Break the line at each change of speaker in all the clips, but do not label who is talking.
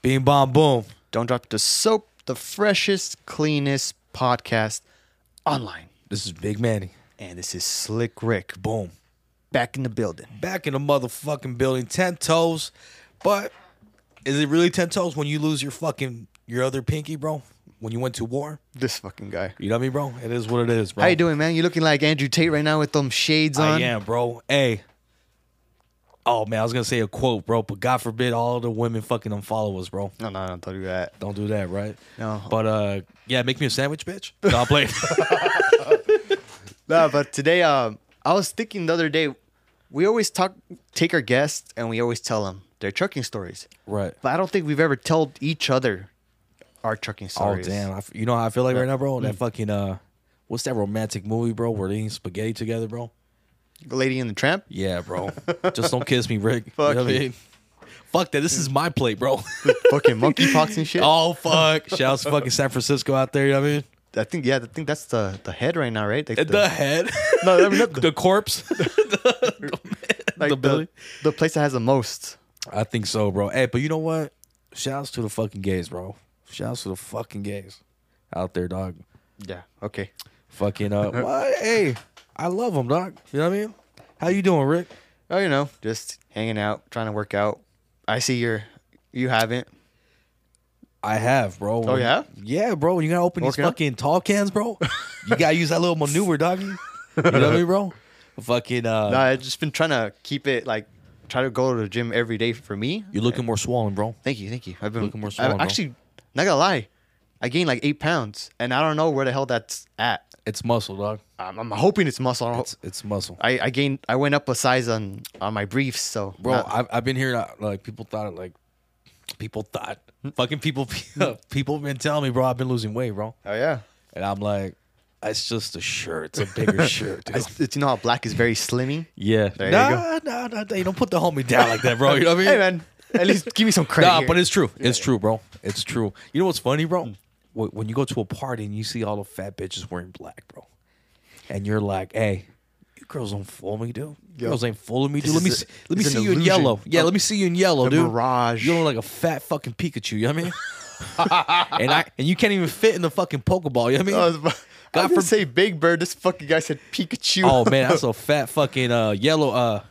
Bing bomb boom.
Don't drop the soap, the freshest, cleanest podcast online.
This is Big Manny.
And this is Slick Rick
Boom.
back in the building.
Back in the motherfucking building. Ten toes. But is it really ten toes when you lose your fucking your other pinky, bro? When you went to war?
This fucking guy.
You know what I mean, bro? It is what it is, bro.
How you doing, man? You looking like Andrew Tate right now with them shades
I
on?
am, bro. Hey. Oh man, I was gonna say a quote, bro, but God forbid all the women fucking unfollow us, bro.
No, no, no, don't do that.
Don't do that, right?
No.
But uh yeah, make me a sandwich, bitch. No, I'm playing.
No, but today, um, I was thinking the other day, we always talk, take our guests, and we always tell them their trucking stories.
right.
But I don't think we've ever told each other our
Oh
trucking stories.
damn! I f you know how I feel like right now, bro. That fucking uh, what's that romantic movie, bro? Where they eating spaghetti together, bro.
Lady and the Tramp.
Yeah, bro. Just don't kiss me, Rick. You
Fuck
know what I
you.
mean? Fuck that. This is my plate, bro.
fucking monkeypox and shit.
oh fuck! Shouts to fucking San Francisco out there. You know what I mean?
I think yeah, I think that's the the head right now, right? Like
The, head,
no, I mean, not the,
the corpse.
like
the
the,
building.
the place that has the most.
I think so, bro. Hey, but you know what? Shouts to the fucking gays, bro. Shouts to the fucking gays out there, dog.
Yeah. Okay.
Fucking up. hey, I love them, dog. You know what I mean? How you doing, Rick?
Oh, you know, just hanging out, trying to work out. I see your, you haven't.
I have, bro.
Oh, you have?
Yeah, bro. You gotta open
Working
these
out?
fucking tall cans, bro. you gotta use that little maneuver, doggy. You know what I mean, bro? Fucking, uh,
No, I've just been trying to keep it like, try to go to the gym every day for me.
you're looking more swollen, bro.
Thank you, thank you. I've been
Looking more
I've
swole, bro.
actually not gonna lie, I gained like eight pounds, and I don't know where the hell that's at.
It's muscle, dog.
I'm, I'm hoping it's muscle. I, don't-
It's, it's muscle,
I I gained I went up a size on on my briefs, so
bro.
not-
I've, I've been hearing uh, like people thought it, like people thought
Hmm?
fucking people people been telling me, bro. I've been losing weight, bro,
oh yeah.
and I'm like, it's just a shirt. It's a bigger shirt, dude.
It's, it's, you know how black is very slimming.
Yeah,
There you
nah, nah, nah, nah. You don't put the homie down like that, bro. You know what I mean?
Hey man, at least give me some credit.
nah,
here.
but it's true. It's true, bro. It's true. You know what's funny, bro? Wh- When you go to a party and you see all the fat bitches wearing black, bro, and you're like, "Hey, you girls don't fool me, dude. You
Yo.
Girls ain't fooling me, dude. Let
is
me
a-
see, let me
it's
see
an
you in
illusion.
yellow. Yeah,
Oh,
let me see you in yellow,
the
dude.
mirage.
You look like a fat fucking Pikachu. You know what I mean? and I and you can't even fit in the fucking Pokeball. You know what I
I
mean?
was about- I
God
was gonna
for-
say Big Bird. This fucking guy said Pikachu.
Oh man, that's a fat fucking uh yellow uh.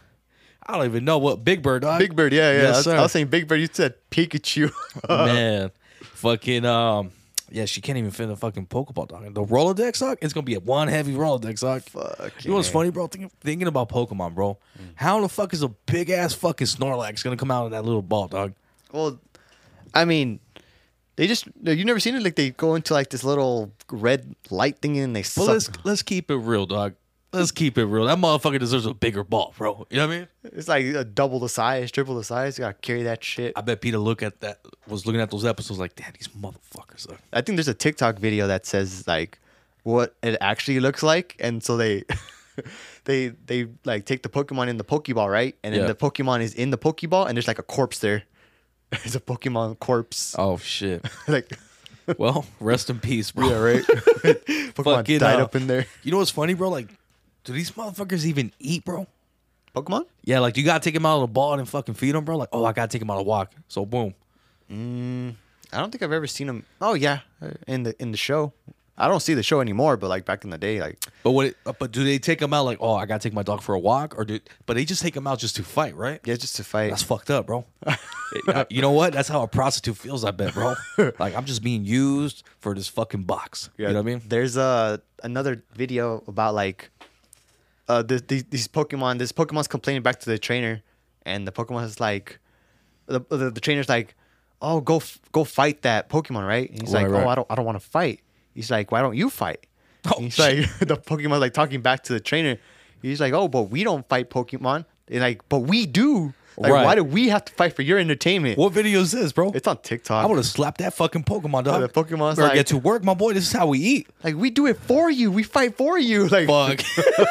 I don't even know what Big Bird. Dog.
Big Bird. Yeah, yeah.
Yes,
I, was, I
sir.
was saying Big Bird. You said Pikachu.
man, fucking um, yeah, she can't even fit in a fucking Pokeball dog. The Rolodex dog, it's gonna be a one heavy Rolodex dog.
Fuck
You know what's
yeah.
funny, bro? Thinking, thinking about Pokemon, bro. How in the fuck is a big ass fucking Snorlax gonna come out of that little ball, dog?
well, I mean, they just you never seen it. Like they go into like this little red light thing and they
But
suck.
let's let's keep it real, dog. Let's keep it real. That motherfucker deserves a bigger ball, bro. You know what I mean?
It's like a double the size, triple the size. You gotta carry that shit.
I bet Peter look at that was looking at those episodes like, damn, these motherfuckers. Dog.
I think there's a TikTok video that says like what it actually looks like, and so they they they like take the Pokemon in the Pokeball, right? And then
Yeah.
the Pokemon is in the Pokeball, and there's like a corpse there. It's a Pokemon corpse.
Oh shit.
like
well, rest in peace, bro.
right, Pokemon
Fucking,
died
uh,
up in there.
You know what's funny, bro? Like, do these motherfuckers even eat, bro?
Pokemon?
Yeah, like you gotta take him out of the ball and fucking feed him, bro. Like, oh, I gotta take him out of walk. So boom.
I don't think I've ever seen them. Oh yeah, in the in the show. I don't see the show anymore, but like back in the day, like
But what? uh, But do they take him out like, oh, I gotta take my dog for a walk, or do? But they just take him out just to fight, right?
yeah, just to fight.
That's fucked up, bro. you know what? That's how a prostitute feels. I bet, bro. like I'm just being used for this fucking box. You know what I mean?
There's uh, another video about like uh, the, the, these Pokemon. This Pokemon's complaining back to the trainer, and the Pokemon is like, the, the, the trainer's like, "Oh, go f- go fight that Pokemon, right?" And he's
Right, right.
like, "Oh, I don't I don't want to fight." He's like, "Why don't you fight?"
Oh,
he's like, the Pokemon's like talking back to the trainer. He's like, "Oh, but we don't fight Pokemon." And like, but we do. Like,
Right.
why do we have to fight for your entertainment?
What video is this, bro?
It's on TikTok.
I would have slapped that fucking Pokemon dog.
Yeah, the Pokemon's
Better
like-
get to work, my boy. This is how we eat.
like, we do it for you. We fight for you. Like,
Fuck.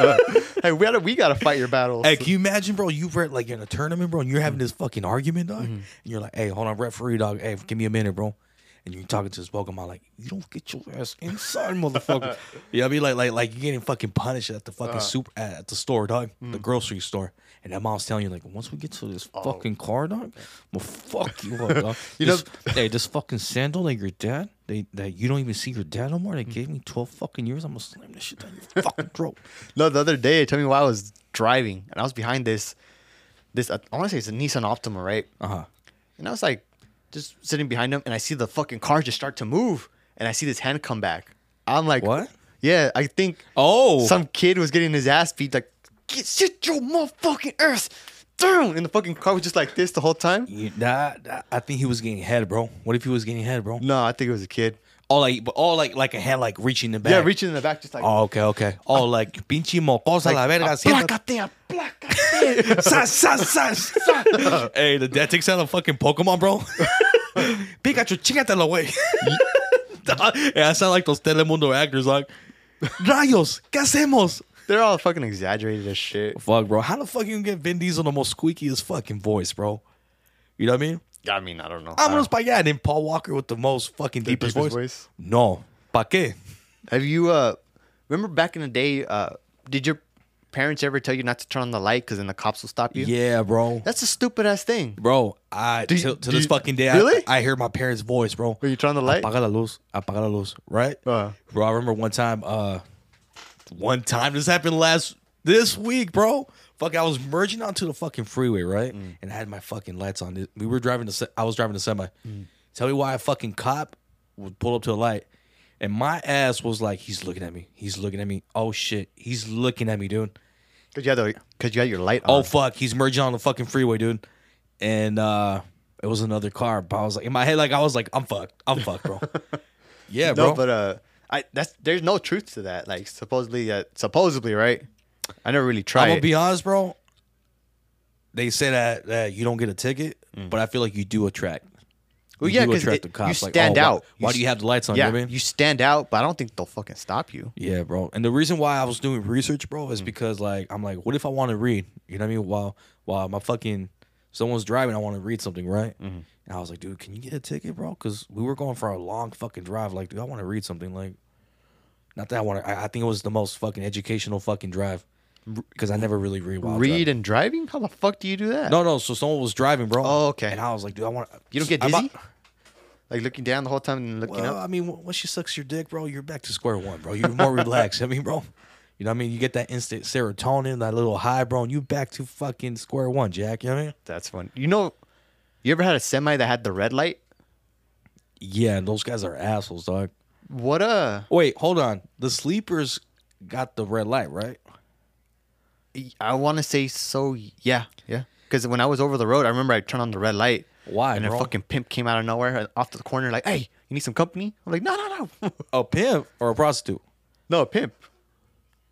hey, we gotta we gotta fight your battles.
Hey, can you imagine, bro? You were like in a tournament, bro, and you're having this fucking argument, dog, and you're like, "Hey, hold on, referee, dog. Hey, give me a minute, bro." and you're talking to this Pokemon like you don't get your ass inside, motherfucker. you know what I mean? Like like like you're getting fucking punished at the fucking super at the store, dog, the grocery store. And that mom's telling you like, once we get to this fucking car, dog, well, fuck you up, dog.
You
This- hey, this fucking sandal that your dad, they that you don't even see your dad no more. They gave me twelve fucking years. I'm gonna slam this shit down your fucking throat.
No, the other day, tell me why I was driving and I was behind this, this I want to say it's a Nissan Optima, right?
Uh huh.
And I was like, just sitting behind him, and I see the fucking car just start to move, and I see this hand come back. I'm like,
What?
Yeah, I think
Oh,
some kid was getting his ass beat. Like, get sit your motherfucking ass down, and the fucking car was just like this the whole time.
You- that- that- I think he was getting head, bro. What if he was getting head, bro?
No, I think it was a kid.
All like, but all like, like a hand, like reaching the back.
Yeah, reaching in the back, just like.
Oh, okay, okay. ah, Oh, like pinche mocosa la verga. siéntate.
Aplácate, aplácate.
Sas, sas, sas, sas. hey, the dad takes out a fucking Pokemon, bro. Pikachu, chingatelo, way. hey, I sound like those Telemundo actors, like, Rayos, ¿qué hacemos?
They're all fucking exaggerated as shit.
Fuck, bro. How the fuck you gonna get Vin Diesel the most squeakiest fucking voice, bro? You know what I mean?
I mean, I don't know. Uh,
Vámonos para allá. And then Paul Walker with Ah. the most fucking deepest,
deepest
voice.
voice?
No. Pa qué?
Have you uh remember back in the day? Uh, did your parents ever tell you not to turn on the light because then the cops will stop you?
Yeah, bro.
That's a stupid ass thing.
Bro, I
you-
till- to
do
this
you-
fucking day,
Really?
I, I hear my parents' voice, bro.
When you turn on the light?
Apaga la luz. Apaga la luz. Right?
Uh.
Bro, I remember one time, uh, one time, this happened last, this week, bro. Fuck, I was merging onto the fucking freeway, right?
Mm.
And I had my fucking lights on. We were driving the, se- I was driving the semi.
Mm.
Tell me why a fucking cop would pull up to a light. And my ass was like, he's looking at me. He's looking at me. Oh shit. He's looking at me, dude.
Cause you had the, cause you had your light
Oh
on.
fuck, he's merging on the fucking freeway, dude. And uh it was another car, but I was like in my head, like I was like, I'm fucked. I'm fucked, bro. yeah, bro.
no, but uh, I that's there's no truth to that. Like supposedly, uh, supposedly, right? I never really
I'm
tried.
gonna
it.
be honest, bro. They say that, that you don't get a ticket, but I feel like you do attract.
Mm. Well,
you
yeah,
do
'cause
attract
it-
the
you
cops. like,
stand
oh, why-
out.
Why,
You
do
s-
you have the lights on?
yeah,
you know what I mean?
you stand out, but I don't think they'll fucking stop you.
Yeah, bro. And the reason why I was doing research, bro,
Mm-hmm.
is because like I'm like, what if I want to read? You know what I mean? While while my fucking someone's driving, I want to read something, right?
Mm-hmm.
And I was like, dude, can you get a ticket, bro? Because we were going for a long fucking drive. Like, dude, I want to read something. Like, not that I want to. I, I think it was the most fucking educational fucking drive because I never really read. While
Read
driving.
and driving? How the fuck do you do that?
No, no. So someone was driving, bro.
Oh, okay.
And I was like, dude, I want.
You don't get
I'm
dizzy?
about-
Like looking down the whole time and looking
Well,
up.
I mean, w- once she sucks your dick, bro, you're back to square one, bro. You're more relaxed. I mean, bro, you know what I mean? You get that instant serotonin, that little high, bro, and you back to fucking square one, Jack. You know what I mean?
That's fun. You know, you ever had a semi that had the red light?
Yeah, and those guys are assholes, dog.
What uh, a
Wait, hold on. The sleepers got the red light, right?
I want to say so. Yeah, yeah. Because when I was over the road, I remember I turned on the red light.
Why,
And
bro?
a fucking pimp came out of nowhere and off to the corner, like, "Hey, you need some company?" I'm like, "No, no, no,
A pimp or a prostitute?
no, pimp."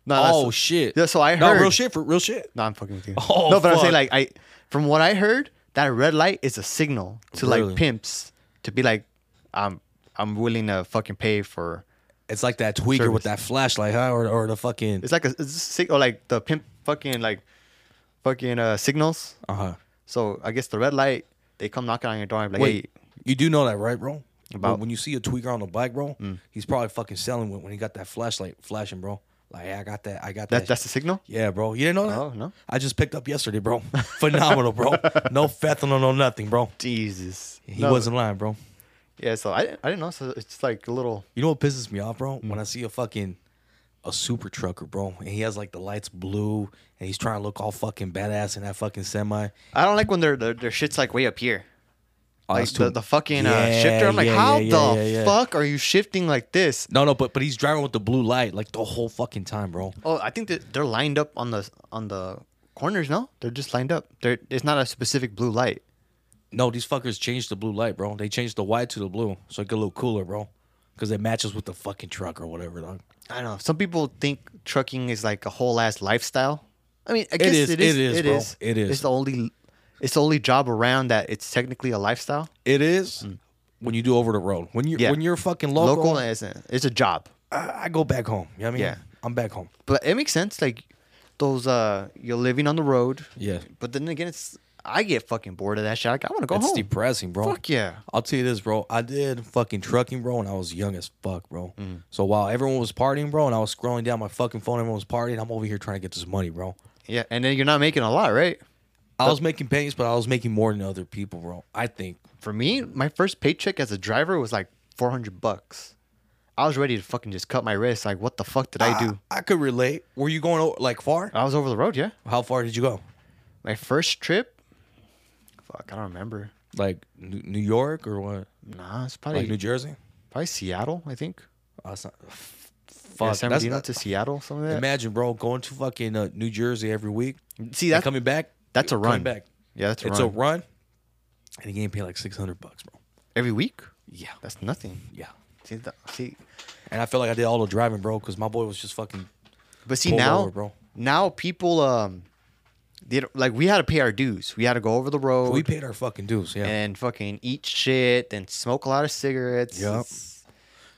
No, that's-
Oh shit.
That's what I
No,
heard.
real shit for real shit.
No, I'm fucking with you.
Oh,
no, but I'm
fuck.
saying like I, from what I heard, that red light is a signal to
Really?
like pimps to be like, I'm I'm willing to fucking pay for.
It's like that tweaker with that flashlight, huh? Or, or the fucking
It's like a, it's a sig- or like the pimp fucking like, fucking uh signals.
uh huh.
So I guess the red light, they come knocking on your door and be like,
Wait,
hey,
you do know that, right, bro? About
About- Mm.
when you see a tweaker on the bike, bro, he's probably fucking selling when, when he got that flashlight flashing, bro. Like, "Hey, I got that, I got that.
that, that's the signal.
yeah, bro. You didn't know that?
Oh, no.
I just picked up yesterday, bro. Phenomenal, bro. No fentanyl, no nothing, bro.
Jesus,
He
No,
wasn't lying, bro.
Yeah, so I didn't, I didn't know. So it's like a little.
You know what pisses me off, bro? When
Mm.
I see a fucking a super trucker, bro, and he has like the lights blue, and he's trying to look all fucking badass in that fucking semi.
I don't like when their their, their shit's like way up here.
Oh,
Like
that's too-
the, the fucking uh,
Yeah,
shifter. I'm like,
yeah,
how
yeah, yeah,
the
yeah, yeah.
fuck are you shifting like this?
No, no, but but he's driving with the blue light like the whole fucking time, bro.
Oh, I think that they're lined up on the on the corners. No, they're just lined up. They're, it's not a specific blue light.
No, these fuckers changed the blue light, bro. They changed the white to the blue, so it could look cooler, bro. Because it matches with the fucking truck or whatever, dog.
I don't know. Some people think trucking is like a whole ass lifestyle. I mean, I guess
is,
It is.
it is,
It
bro.
is.
It is.
It's the only. It's the only job around that it's technically a lifestyle.
It is Mm. when you do over the road. When you
Yeah.
when you're fucking local,
Local isn't. It's a job,
I, I go back home. You know what I mean?
Yeah.
I'm back home.
but it makes sense. Like those, uh, you're living on the road.
Yeah.
But then again, it's I get fucking bored of that shit. Like, I want to go
it's
home.
depressing, bro.
Fuck yeah.
I'll tell you this, bro. I did fucking trucking, bro, when I was young as fuck, bro.
Mm.
So while everyone was partying, bro, and I was scrolling down my fucking phone, everyone was partying. I'm over here trying to get this money, bro.
Yeah, and then you're not making a lot, right?
I was making pennies, but I was making more than other people, bro. I think.
For me, my first paycheck as a driver was like 400 bucks. I was ready to fucking just cut my wrist. Like, what the fuck did I do?
I, I could relate. Were you going o- like far?
I was over the road, yeah.
How far did you go?
My first trip, fuck, I don't remember.
Like New New York or what?
Nah, it's probably
Like New Jersey?
probably Seattle, I think.
Oh, that's not. f-
Yeah,
Fuck.
San
that's
Bernardino
not-
to Seattle, something like that.
imagine, bro, going to fucking uh, New Jersey every week.
See,
and
that,
coming back.
that's a
coming
run.
back.
yeah, that's a
it's
run.
a run, and he getting paid like six hundred bucks, bro.
Every week?
Yeah,
That's nothing.
yeah.
See, that, see,
And I feel like I did all the driving, bro, because my boy was just fucking.
But see
Pulled
now,
over, bro.
now people um, they don't, like we had to pay our dues. We had to go over the road
We paid our fucking dues, yeah.
and fucking eat shit and smoke a lot of cigarettes.
Yup.
s-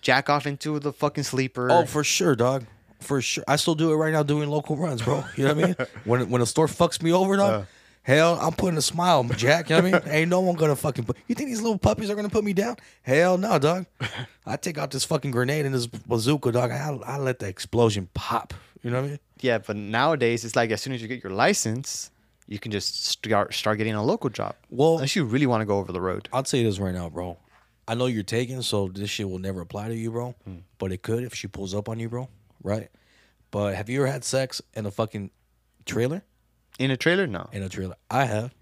Jack off into the fucking sleeper.
oh, for sure, dog. For sure, I still do it right now, doing local runs, bro. You know what I mean? When when a store fucks me over, dog. Hell, I'm putting a smile, Jack. You know what I mean? Ain't no one gonna fucking put. You think these little puppies are gonna put me down? Hell no, dog. I take out this fucking grenade and this bazooka, dog. I I let the explosion pop. You know what I mean?
yeah, but nowadays it's like as soon as you get your license, you can just start start getting a local job.
Well-
unless you really want to go over the road.
I'll tell you this right now, bro. I know you're taken, so this shit will never apply to you, bro. But it could if she pulls up on you, bro. Right? But have you ever had sex in a fucking trailer?
In a trailer, no.
In a trailer, I have.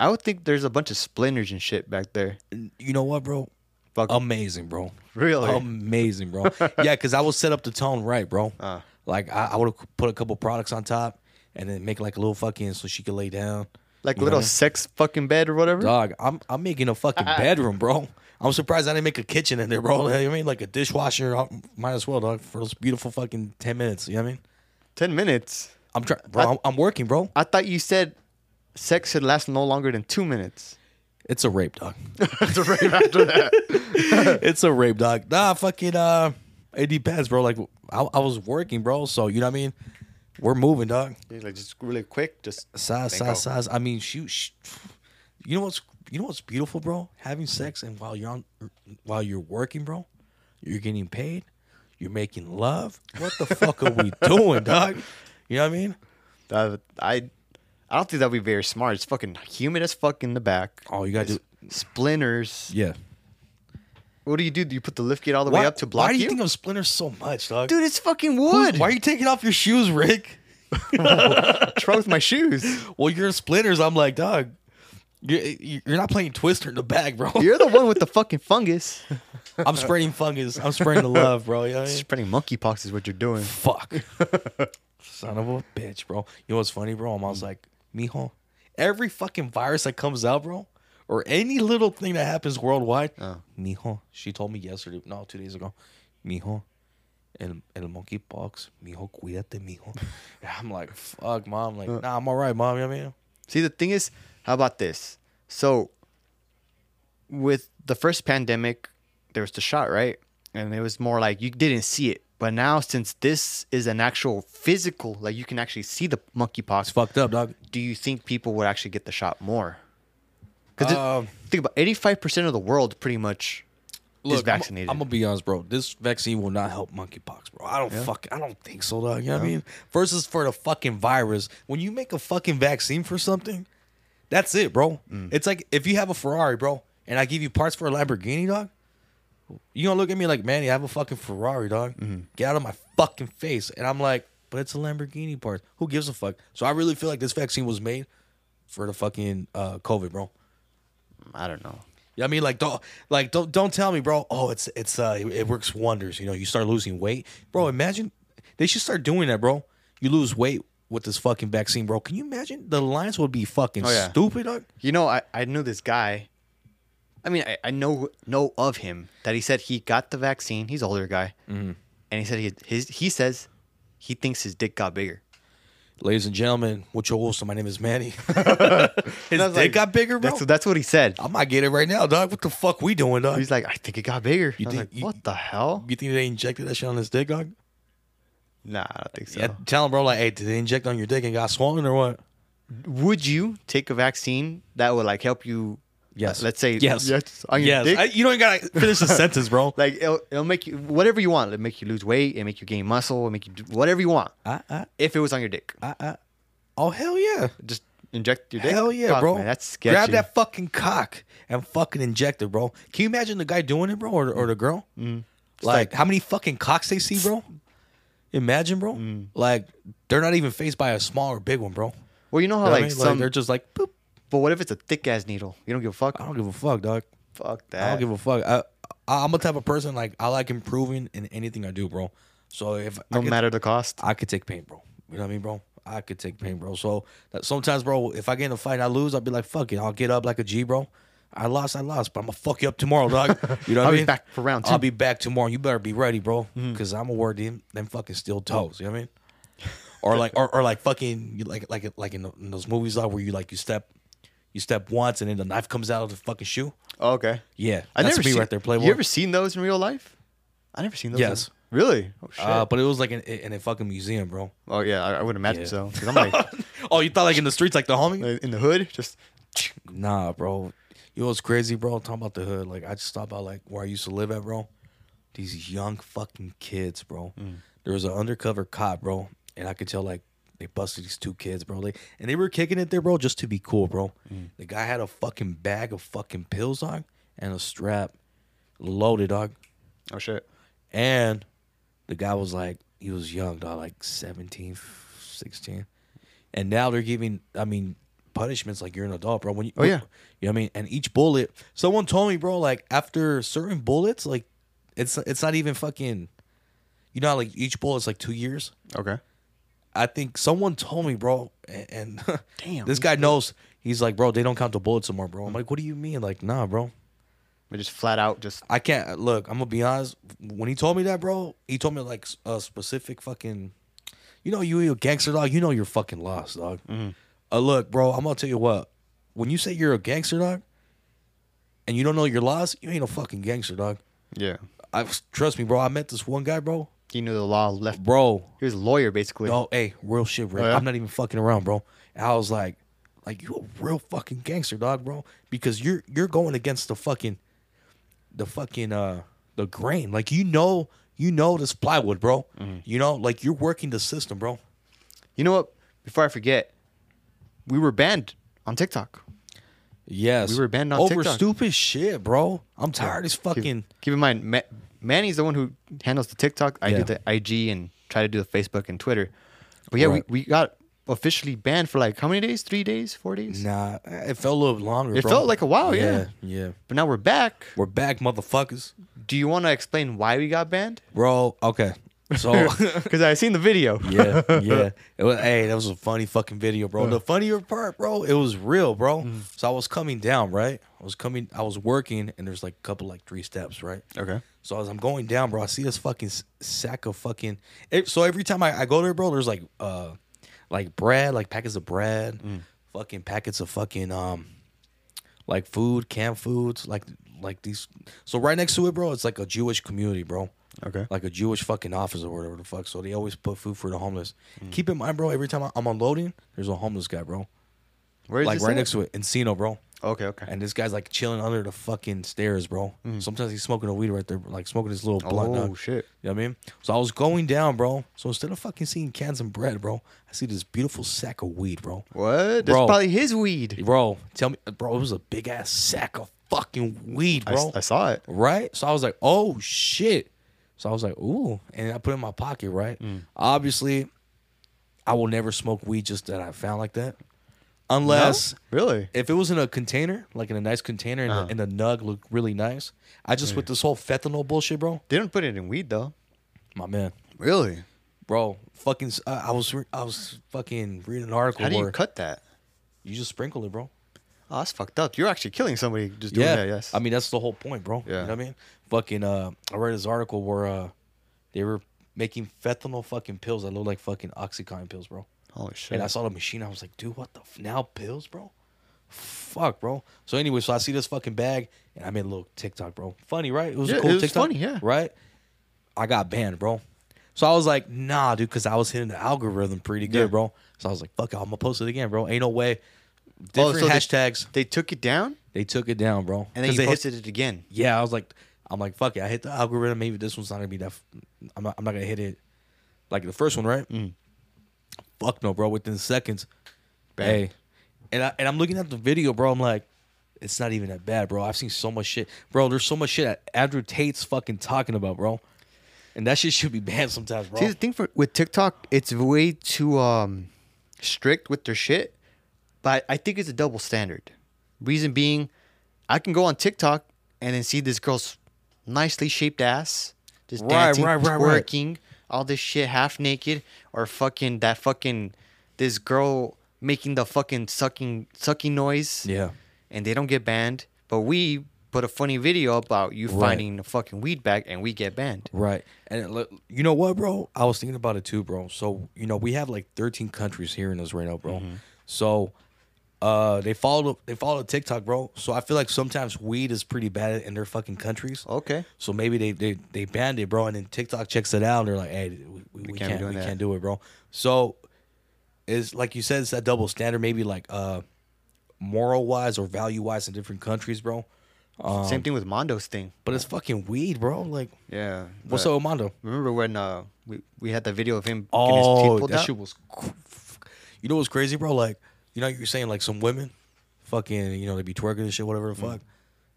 I would think there's a bunch of splinters and shit back there.
You know what, bro?
Fuck. Oh,
Amazing, bro.
Really?
Um, Amazing, bro. yeah, because I would set up the tone right, bro. Like I, I would have put a couple products on top and then make like a little fucking so she could lay down.
like
You know
little
what I mean?
sex fucking bed or whatever.
Dog, I'm I'm making a fucking bedroom, bro. I'm surprised I didn't make a kitchen in there, bro. You know what I mean? Like a dishwasher, I might as well, dog, for those beautiful fucking 10 minutes. You know what I mean?
Ten minutes.
I'm trying, bro. I'm, I'm working, bro.
I thought you said sex should last no longer than two minutes.
It's a rape, dog.
That's right after that.
it's a rape, dog. Nah, fucking, uh, it depends, bro. Like, I, I was working, bro. So, you know what I mean? We're moving, dog.
like just really quick, just
Size,
Thank
size,
God.
size. I mean, shoot, sh You know what's you know what's beautiful, bro? Having sex and while you're on while you're working, bro, you're getting paid, you're making love. What the fuck are we doing, dog? You know what I mean?
That- I, I don't think that'd be very smart. It's fucking humid as fuck in the back.
Oh, you gotta
It's
do-
splinters.
Yeah.
What do you do? Do you put the lift gate all the way up to block
why do you,
you?
think of splinters so much, dog?
Dude, it's fucking wood.
Why are you taking off your shoes, Rick?
What's wrong with my shoes?
Well, you're in splinters. I'm like, dog, you're, you're not playing Twister in the back, bro.
You're the one with the fucking fungus.
I'm spraying fungus. I'm spraying the love, bro. You know what I mean?
Spreading monkeypox is what you're doing.
fuck. Son of a bitch, bro. You know what's funny, bro? I'm- I was like, mijo, every fucking virus that comes out, bro, or any little thing that happens worldwide, mijo, she told me yesterday, no, two days ago, mijo, el, el monkeypox, mijo, cuídate, mijo. And I'm like, fuck, mom. Like, nah, I'm all right, mom. You know what I mean?
See, the thing is, how about this? So, with the first pandemic, there was the shot, right? And it was more like you didn't see it. But now, since this is an actual physical, like you can actually see the
It's
monkeypox,
fucked up, dog.
do you think people would actually get the shot more? Because
Um,
think about eighty-five percent of the world pretty much is vaccinated.
I'm, I'm gonna be honest, bro. This vaccine will not help monkeypox, bro. I don't fuck. I don't think so, dog. You know what I mean? Versus for the fucking virus. When you make a fucking vaccine for something, that's it, bro. It's like if you have a Ferrari, bro, and I give you parts for a Lamborghini, dog. You gonna look at me like, man, you have a fucking Ferrari, dog. Get out of my fucking face. And I'm like, but it's a Lamborghini part. Who gives a fuck? So I really feel like this vaccine was made for the fucking uh, COVID, bro.
I don't know.
You know what I mean, like don't like don't don't tell me, bro. Oh, it's it's uh it, it works wonders. You know, you start losing weight, bro. Imagine they should start doing that, bro. You lose weight with this fucking vaccine, bro. Can you imagine? The lines would be fucking
Oh, yeah.
stupid. Dog.
You know, I, I knew this guy. I mean, I, I know know of him that he said he got the vaccine. He's an older guy,
Mm-hmm.
and he said he his he says he thinks his dick got bigger.
Ladies and gentlemen, what's your Wilson? My name is Manny. His dick
I was like,
got bigger, bro.
That's that's what he said.
I might get it right now, dog. What the fuck we doing, dog?
He's like, I think it got bigger.
You
I was
think-
like,
you-
what the hell?
you think they injected that shit on his dick, dog?
Nah, I don't think so.
Yeah, tell him, bro. Like, hey, did they inject on your dick and got swollen or what?
would you take a vaccine that would like help you? uh,
Yes.
Let's say
Yes.
yes on your
yes.
dick?
I- you don't even gotta finish the sentence, bro.
like it'll, it'll make you whatever you want. It'll make you lose weight. It'll make you gain muscle. It'll make you do whatever you want.
I, I,
If it was on your dick,
I, I, ah, oh hell yeah.
just inject your dick.
Hell yeah,
Fuck,
bro.
man, that's sketchy.
Grab that fucking cock and fucking inject it, bro. Can you imagine the guy doing it, bro, or, or the girl?
Mm.
Like, how many fucking cocks they see, bro? Imagine, bro. Like they're not even faced by a small or big one, bro.
Mm. Well, you know how
You know what I
like
mean?
some.
they're just like, boop.
but what if it's a thick ass needle? You don't give a fuck.
I don't give a fuck, dog.
Fuck that.
I don't give a fuck. I, I, I'm a type of person like I like improving in anything I do, bro. So if I
no
could-
matter the cost.
I could take pain, bro. You know what I mean, bro? I could take pain, bro. So that sometimes, bro, if I get in a fight and I lose, I'll be like, fuck it. I'll get up like a G, bro. I lost, I lost, but I'm gonna fuck you up tomorrow, dog. You know what
I'll
I
be
mean?
back for round
I'll
two.
be back tomorrow. You better be ready, bro, because I'm gonna wear them, them fucking steel toes. You know what I mean? Or like, or, or like fucking you like like like in, in those movies like where you like you step, you step once and then the knife comes out of the fucking shoe.
Oh, okay.
Yeah,
I
that's
never
me
seen,
right there, Playboy.
You ever seen those in real life? I never seen those. in-
Yes.
really? Oh shit.
uh, but it was like in, in a fucking museum, bro.
oh yeah, I, I would imagine
yeah.
so. Because I'm like
oh, you thought like in the streets, like the homie?
in the hood, just
Nah, bro. You know what's crazy, bro? Talking about the hood. Like, I just thought about, like, where I used to live at, bro. These young fucking kids, bro. There was an undercover cop, bro. And I could tell, like, they busted these two kids, bro. Like, and they were kicking it there, bro, just to be cool, bro. The guy had a fucking bag of fucking pills, dog, and a strap loaded, dog.
oh shit.
And the guy was like, he was young, dog, like 17, 16. And now they're giving, I mean, punishments like you're an adult, bro. When you,
Oh, yeah.
You know what I mean? And each bullet, someone told me, bro, like after certain bullets, like it's it's not even fucking, you know, how, like each bullet's like two years.
Okay.
I think someone told me, bro, and, and
Damn,
this
each
guy knows. He's like, bro, they don't count the bullets anymore, bro. I'm like, what do you mean? Like, nah, bro.
But just flat out, just
I can't look. I'm gonna be honest. When he told me that, bro, he told me like s- a specific fucking. You know, you a gangster dog. You know you're fucking lost, dog. Uh, look, bro, I'm gonna tell you what. When you say you're a gangster dog, and you don't know you're lost, you ain't no fucking gangster dog.
yeah.
I trust me, bro. I met this one guy, bro.
He knew the law left.
Bro,
He was a lawyer basically.
no, hey, real shit, Rick.
Oh, yeah?
I'm not even fucking around, bro. And I was like, like you a real fucking gangster, dog, bro, because you're you're going against the fucking, the fucking uh the grain. Like you know, you know this plywood, bro.
Mm-hmm.
You know, like you're working the system, bro.
You know what? Before I forget, we were banned on TikTok.
Yes,
We were banned on
over
TikTok.
stupid shit, bro. I'm tired as
Keep,
fucking.
keep in mind, Ma- Manny's the one who handles the TikTok. I
Yeah.
do the IG and try to do the Facebook and Twitter. But yeah,
Right.
we, we got officially banned for like how many days? Three days? Four days?
Nah, it felt a little longer.
It
bro.
felt like a while,
yeah, yeah.
But now we're back.
We're back, motherfuckers,
Do you want to explain why we got banned?
bro. Okay, so.
Because I seen the video.
yeah, yeah. It was, hey, that was a funny fucking video, bro. The funnier part, bro, it was real, bro. So I was coming down, right? I was coming, I was working, and there's like a couple, like three steps, right?
Okay.
So as I'm going down, bro, I see this fucking s- sack of fucking. it- so every time I, I go there, bro, there's like, uh, like bread, like packets of bread, fucking packets of fucking um, like food, canned foods, like like these. So right next to it, bro, it's like a Jewish community, bro
Okay.
like a Jewish fucking office or whatever the fuck. So they always put food for the homeless.
Mm.
Keep in mind, bro. Every time I- I'm unloading, there's a homeless guy, bro.
Where is
like
this
right
at?
next to it, Encino, bro.
Okay. Okay.
And this guy's like chilling under the fucking stairs, bro. Sometimes he's smoking a weed right there, like smoking his little blunt.
Mm. oh
dog.
shit.
You know what I mean? So I was going down, bro. So instead of fucking seeing cans and bread, bro, I see this beautiful sack of weed, bro.
What? That's
Bro.
probably his weed.
Bro, tell me, bro, it was a big ass sack of fucking weed,
I s-
bro.
I saw it.
right? So I was like, oh shit. So I was like, ooh, and I put it in my pocket, right?
Mm.
Obviously, I will never smoke weed just that I found like that, unless
Really?
if it was in a container, like in a nice container, and,
Uh-huh.
the, and the nug looked really nice. I just with this whole fentanyl bullshit, bro.
They don't put it in weed though.
My man,
Really?
bro, fucking, s- I I was re- I was fucking reading an article
How do
where
you cut that?
you just sprinkle it, bro.
Oh, that's fucked up. You're actually killing somebody just doing
Yeah.
that. Yes.
I mean, that's the whole point, bro. You
Yeah.
know what I mean? Fucking, uh, I read this article where uh, they were making fentanyl fucking pills that look like fucking Oxycontin pills, bro.
Holy shit.
And I saw the machine. I was like, dude, what the f- now pills, bro? Fuck, bro. So anyway, so I see this fucking bag, and I made a little TikTok, bro. Funny, right? It was
Yeah,
a cool
it was
TikTok,
funny, yeah.
Right? I got banned, bro. So I was like, nah, dude, because I was hitting the algorithm pretty good,
Yeah.
bro. So I was like, fuck it, I'm gonna post it again, bro. Ain't no way.
Oh,
Different
so they-
hashtags.
They took it down
They, took it down, bro.
and then
'Cause
you
they hit-
posted it again.
yeah, I was like, I'm like, fuck it. I hit the algorithm. Maybe this one's not gonna be that. f- I'm not. I'm not gonna hit it like the first one, right? Fuck no, bro. Within seconds,
Bam.
hey, and I and I'm looking at the video, bro. I'm like, it's not even that bad, bro. I've seen so much shit, bro. There's so much shit that Andrew Tate's fucking talking about, bro. And that shit should be banned sometimes, bro.
See the thing for with TikTok, it's way too um strict with their shit, but I think it's a double standard. Reason being, I can go on TikTok and then see this girl's nicely shaped ass just
Right,
dancing,
right, right, right.
twerking, all this shit half naked, or fucking that fucking this girl making the fucking sucking sucking noise.
Yeah.
and they don't get banned, but we put a funny video about you
Right.
finding a fucking weed bag and we get banned.
Right. And it, look- you know what, bro? I was thinking about it too, bro. So, you know, we have like 13 countries hearing us right now, bro. So, uh, they follow they follow TikTok, bro. So I feel like sometimes weed is pretty bad in their fucking countries.
Okay.
So maybe they they they banned it, bro, and then TikTok checks it out and they're like, "Hey, we, we, we
can't be
can't,
doing
we
that.
can't do it, bro." So it's like you said, it's that double standard, maybe like uh, moral wise or value wise in different countries, bro.
Same thing with Mondo's thing.
But it's fucking weed, bro. Like,
Yeah.
what's
but
up, Mondo?
Remember when uh, we, we had that video of him getting his teeth
Oh,
pulled
that
out?
shit was. cr- You know what's crazy, bro? Like, you know, you're saying like some women, fucking, you know, they be twerking and shit, whatever the fuck.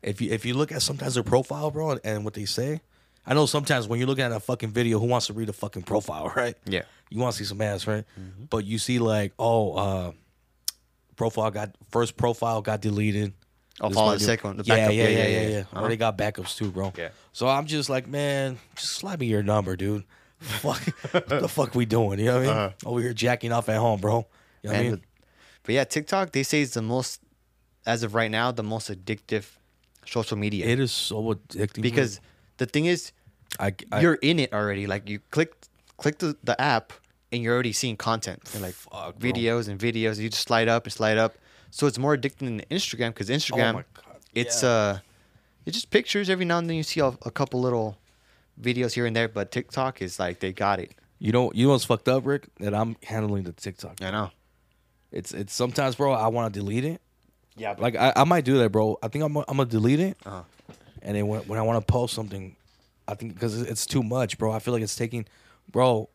If you if you look at sometimes their profile, bro, and, and what they say, I know sometimes when you're looking at a fucking video, who wants to read a fucking profile, right?
Yeah.
You want to see some ass, right? But you see like, oh, uh, profile got first profile got deleted.
Oh,
This
follow
might
the
do-
second one, the
yeah,
backup.
Yeah, yeah, yeah, yeah. Or
Uh-huh.
they got backups too, bro.
Yeah.
So I'm just like, man, just slide me your number, dude. Fuck, what the fuck we doing? You know what I mean?
Uh-huh.
Over here jacking off at home, bro. You know what I
And-
mean?
But yeah, TikTok, they say it's the most, as of right now, the most addictive social media.
It is so addictive bro.
because the thing is,
I, I
you're in it already. Like you click click the, the app and you're already seeing content and like
Fuck, bro.
videos and videos. You just slide up and slide up. So it's more addicting than Instagram because Instagram,
my God,
it's
yeah.
uh, it's just pictures. Every now and then you see a, a couple little videos here and there, but TikTok is like they got it.
you know you know what's fucked up, Rick? That I'm handling the TikTok.
I know.
It's it's sometimes, bro. I want to delete it.
Yeah, but-
Like I, I might do that, bro. I think I'm I'm gonna delete it.
Uh-huh.
And then when, when I want to post something, I think because it's too much, bro. I feel like it's taking, bro.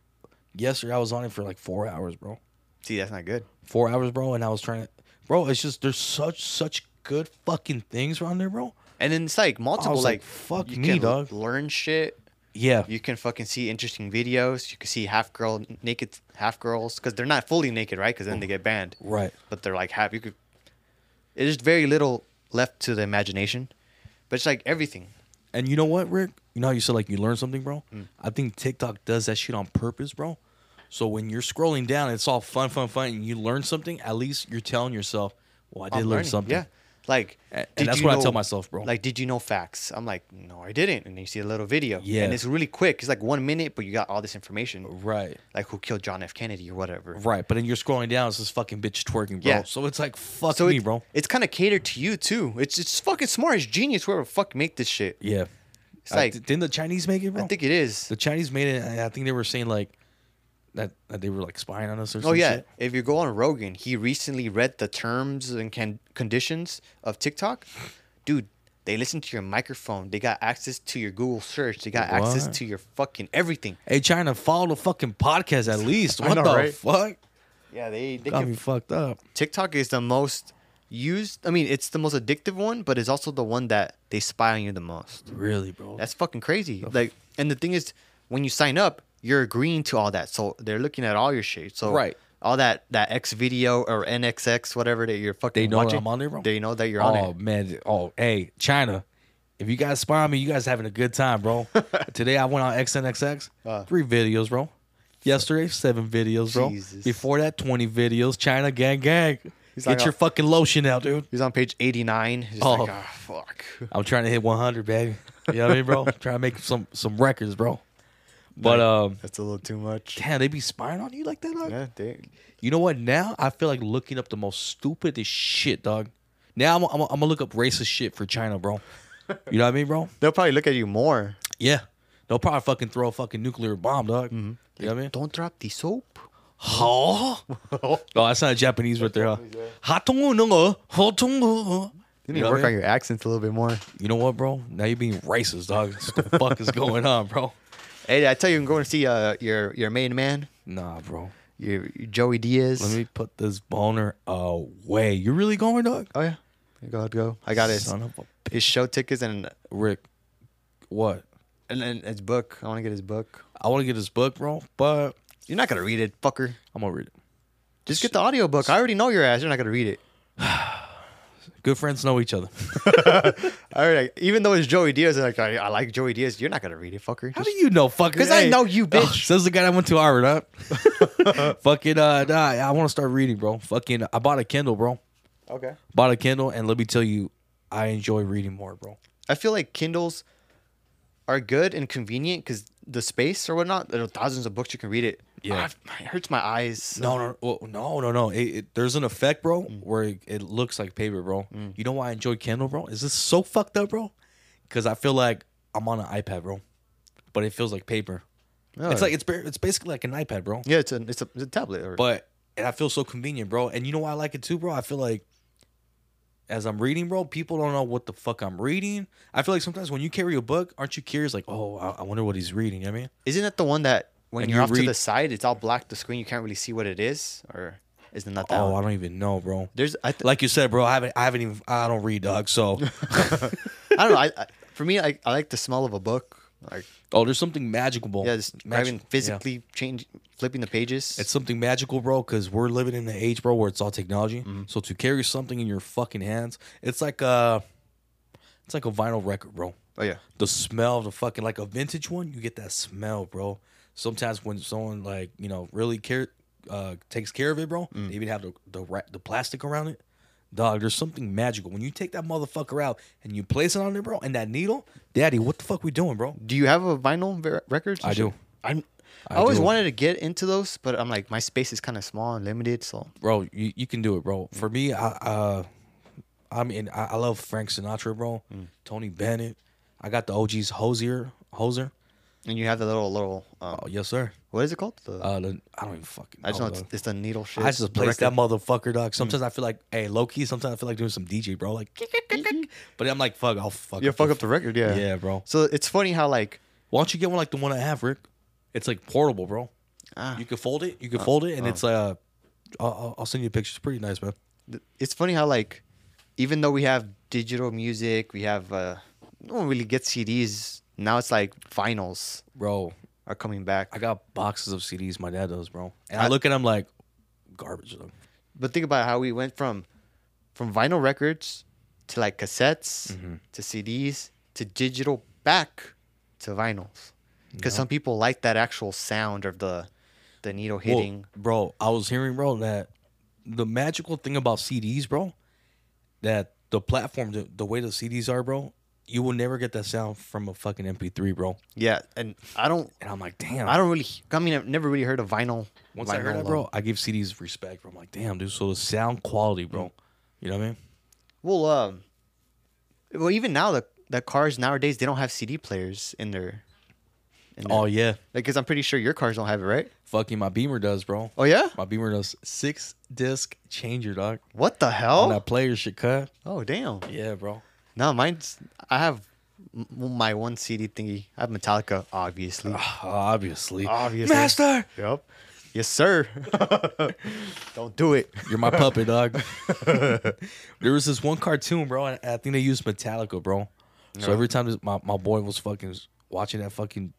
Yesterday I was on it for like four hours, bro.
See, that's not good.
Four hours, bro. And I was trying to, bro. It's just there's such such good fucking things around there, bro.
And then it's like multiple,
like,
like,
fuck
you
me,
can
dog.
learn shit.
Yeah,
You can fucking see interesting videos. You can see half girl naked, half girls because they're not fully naked, right? Because then they get banned.
right.
but they're like half. You could. It is very little left to the imagination, but it's like everything.
And you know what, Rick? You know how you said like you learn something, bro?
Hmm.
I think TikTok does that shit on purpose, bro. So when you're scrolling down, it's all fun, fun, fun, and you learn something. At least you're telling yourself, "Well, I did
I'm
learn
learning,
something."
Yeah, like
A- and
did
that's
you
what I tell myself, bro.
Like, did you know facts? I'm like, no, I didn't. And then you see a little video.
Yeah.
and it's really quick. It's like one minute, but you got all this information.
Right.
Like who killed John F. Kennedy or whatever.
Right, but then you're scrolling down, it's this fucking bitch twerking, bro.
Yeah.
So it's like, fuck
So
me,
it-
bro.
it's kind of catered to you too. It's it's fucking smart. It's genius. Whoever fuck make this shit.
Yeah.
It's like-
I, didn't the Chinese make it, bro?
I think it is.
the Chinese made it. and I think they were saying like that, that they were like spying on us or
Oh
something.
yeah, if you go on Rogan, he recently read the terms and can- conditions of TikTok. Dude, they listen to your microphone. They got access to your Google search. They got access
What?
to your fucking everything.
Hey, China, follow the fucking podcast at least.
I
What
know,
the
right?
fuck?
Yeah, they they
Got me
can,
fucked up.
TikTok is the most used. I mean, it's the most addictive one, but it's also the one that they spy on you the most.
Really, bro.
That's fucking crazy. Like, and the thing is, when you sign up, you're agreeing to all that. So they're looking at all your shit. So
Right.
all that that X video or NXX whatever that you're fucking.
They know that
watching,
I'm on there, bro?
They know that you're on
oh
it.
man. Oh, hey, China. If you guys spy on me, you guys having a good time, bro. Today I went on XNXX.
Uh.
three videos, bro. Yesterday, seven videos, bro.
Jesus.
Before that, twenty videos. China gang gang.
He's
Get
like,
your
oh.
fucking lotion out, dude.
He's on page eighty nine. Just
Oh.
like, ah, fuck.
I'm trying to hit 100, baby. You know what I mean, bro? trying to make some some records, bro. But um,
That's a little too much.
damn, they be spying on you like that, dog.
Yeah, they,
You know what? Now I feel like looking up the most stupidest shit, dog. Now I'm I'm, I'm gonna look up racist shit for China, bro. You know what I mean, bro?
they'll probably look at you more.
Yeah. They'll probably fucking throw a fucking nuclear bomb, dog.
Mm-hmm.
You know what I mean?
Don't drop the soap.
Oh, oh that's not Japanese right there, huh? Hatungu nungu, hotungu.
You
You
need
know
to
what
work
I
on
mean?
your accents a little bit more.
You know what, bro? Now you're being racist, dog. What the fuck is going on, bro?
Hey, I tell you, I'm going to see uh, your your main man,
Nah, bro.
your, your Joey Diaz.
Let me put this boner away. You really going, dog?
oh yeah, go ahead, go. I got his
Son of a
his show tickets and
Rick. What?
and, and his book. I want to get his book.
I want to get this book, bro, but
You're not gonna read it, fucker.
I'm gonna read it.
Just get the audiobook. I already know your ass. You're not gonna read it.
Good friends know each other.
All right. Even though it's Joey Diaz, like I, I like Joey Diaz, you're not gonna read it, fucker.
How do you know, fucker?
'Cause I know you, bitch.
says the guy that went to Harvard, huh? fucking, uh, nah, I want to start reading, bro. Fucking, I bought a Kindle, bro.
okay.
Bought a Kindle, and let me tell you, I enjoy reading more, bro.
I feel like Kindles are good and convenient because the space or whatnot. There are thousands of books you can read it.
Yeah.
Ah, it hurts my eyes.
No, no, well, no, no, no. It, it, there's an effect, bro, where it, it looks like paper, bro. You know why I enjoy Kindle, bro? Is this so fucked up, bro? Because I feel like I'm on an iPad, bro, but it feels like paper.
Oh.
It's like it's ba- it's basically like an iPad, bro.
yeah, it's a it's a, it's a tablet. Or,
But and I feel so convenient, bro. And you know why I like it too, bro? I feel like as I'm reading, bro, people don't know what the fuck I'm reading. I feel like sometimes when you carry a book, aren't you curious? Like, oh, I, I wonder what he's reading. You know what I mean,
isn't that the one that when
And
you're
you
off to
read-
the side, it's all black the screen, you can't really see what it is, or is it not that?
oh,
one?
I don't even know, bro.
There's I th-
Like you said, bro, I haven't, I haven't even, I don't read, dog. So,
I don't know. I, I, for me, I, I like the smell of a book. Like
oh, there's something magical.
yeah, just grabbing
Magic- yeah.
physically change flipping the pages.
It's something magical, bro, because we're living in an age, bro, where it's all technology.
Mm-hmm.
So to carry something in your fucking hands, it's like a, it's like a vinyl record, bro.
oh yeah.
the smell of the fucking like a vintage one, you get that smell, bro. Sometimes when someone like you know really care uh takes care of it, bro, they even have the the ra- the plastic around it. Dog, there's something magical when you take that motherfucker out and you place it on there, bro, and that needle, daddy, what the fuck we doing, bro?
Do you have a vinyl ver- records? and
I
shit?
do.
I'm. I,
I
always
do.
wanted to get into those, but I'm like my space is kind of small and limited, so
Bro, you, you can do it, bro. For me, I uh, I mean, I, I love Frank Sinatra, bro. Tony Bennett. I got the OG's Hosier, Hoser.
and you have the little little um,
Oh yes, sir.
what is it called? The,
Uh, the, I don't even fucking.
I just know
know
it's,
dog.
it's the needle shit.
I just place that motherfucker, dog. Sometimes I feel like, hey, low key. Sometimes I feel like doing some DJ, bro. Like, but I'm like, fuck, I'll Mm-hmm. fuck.
You
the
fuck up the record, yeah.
f- Yeah, bro.
So it's funny how like
Why don't you get one like the one I have, Rick? It's like portable, bro.
ah,
You can fold it. You can fold it, and it's uh, I'll- I'll, I'll send you a picture. It's pretty nice, man.
th- it's funny how like even though we have digital music, we have uh, no one really gets CDs now. It's like vinyls
Bro,
are coming back.
I got boxes of CDs. My dad does, bro. And I,
I-
look at them like garbage. Though.
but think about how we went from from vinyl records to like cassettes
Mm-hmm.
to CDs to digital back to vinyls because some people like that actual sound of the the needle
Well,
hitting.
bro, I was hearing, bro, that the magical thing about CDs, bro, that the platform, the, the way the CDs are, bro, you will never get that sound from a fucking MP3, bro.
yeah, and I don't
And I'm like, damn.
I don't really I mean I've never really heard of vinyl.
Once I heard
vinyl
that, bro, I give CDs respect, bro. I'm like, damn, dude. So the sound quality, bro. You know what I mean?
Well, um, well, even now the the cars nowadays they don't have CD players in their. In their
Oh yeah,
like, cause I'm pretty sure your cars don't have it, right?
fucking my Beamer does, bro.
Oh yeah.
My Beamer does six disc changer, dog.
What the
Oh, and
hell?
that player shit cut.
Oh damn.
Yeah, bro.
No, mine's. I have m- m- my one CD thingy. I have Metallica, obviously.
Obviously,
Obviously.
master,
yep. Yes, sir. Don't do it.
you're my puppet, dog. there was this one cartoon, bro, and I think they used Metallica, bro. So every time this- my my boy was fucking watching that fucking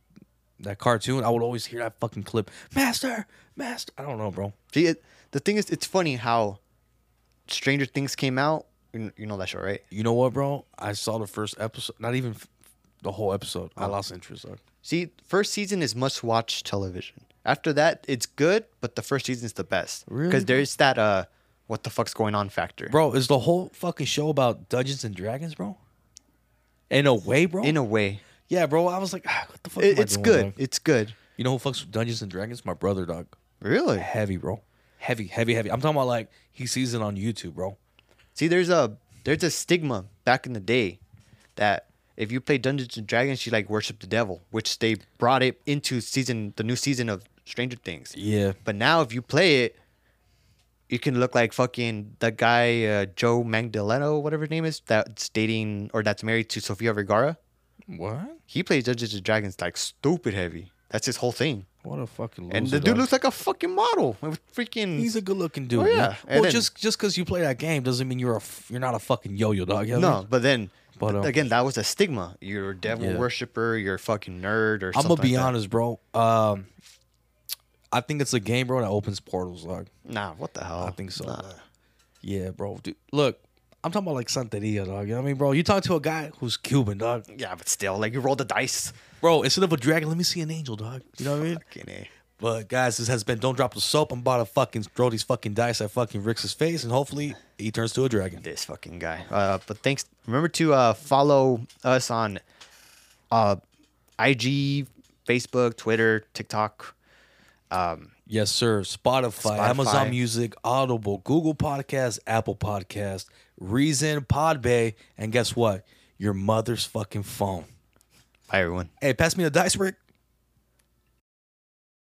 that cartoon, I would always hear that fucking clip, master, master. I don't know, bro.
See, it, the thing is, it's funny how Stranger Things came out. You kn- you know that show, right?
You know what, bro? I saw the first episode, not even f- the whole episode.
Oh.
I lost interest. Dog.
See, first season is must watch television. After that, it's good, but the first season is the best.
Really,
Because there's that uh, what the fuck's going on factor.
Bro, is the whole fucking show about Dungeons and Dragons, bro? In a way, bro.
In a way,
yeah, bro. I was like, ah, what the fuck?
It-
am I
it's
doing,
good.
dog?
It's good.
You know who fucks with Dungeons and Dragons? My brother, dog.
Really?
Heavy, bro. Heavy, heavy, heavy. I'm talking about like he sees it on YouTube, bro.
See, there's a there's a stigma back in the day that if you play Dungeons and Dragons, you like worship the devil, which they brought it into season the new season of Stranger Things.
Yeah.
But now if you play it, you can look like fucking the guy uh, Joe Magdaleno, whatever his name is, that's dating or that's married to Sofia Vergara.
What?
He plays Dungeons and Dragons like stupid heavy. That's his whole thing.
What a fucking loser.
And the dude
dog.
looks like a fucking model with freaking.
He's a good looking dude.
Oh, yeah.
yeah.
And
Well,
then-
just just because you play that game doesn't mean you're a f- you're not a fucking yo yo dog. you know what I
no,
mean?
but then,
But,
th-
um,
again, that was a stigma. You're a devil
Yeah.
worshiper. You're a fucking nerd or
I'm
something.
gonna be
like that.
honest, bro. Um, I think it's a game, bro, that opens portals, dog.
Nah, what the hell?
I think so.
Nah.
bro. Yeah, bro. Dude, look, I'm talking about like Santeria, dog. You know what I mean, bro? You talk to a guy who's Cuban, dog.
Yeah, but still, like you roll the dice.
Bro, instead of a dragon, let me see an angel, dog. You know what I mean?
Fucking A.
But guys, this has been Don't Drop the Soap. I'm about to fucking throw these fucking dice at fucking Rick's face, and hopefully he turns to a dragon.
This fucking guy. Uh, but thanks. Remember to uh, follow us on uh, IG, Facebook, Twitter, TikTok.
Yes, sir. Spotify,
Spotify.
Amazon Music, Audible, Google Podcast, Apple Podcast, Reason, Podbay, and guess what? Your mother's fucking phone.
Bye, everyone.
Hey, pass me the dice, Rick.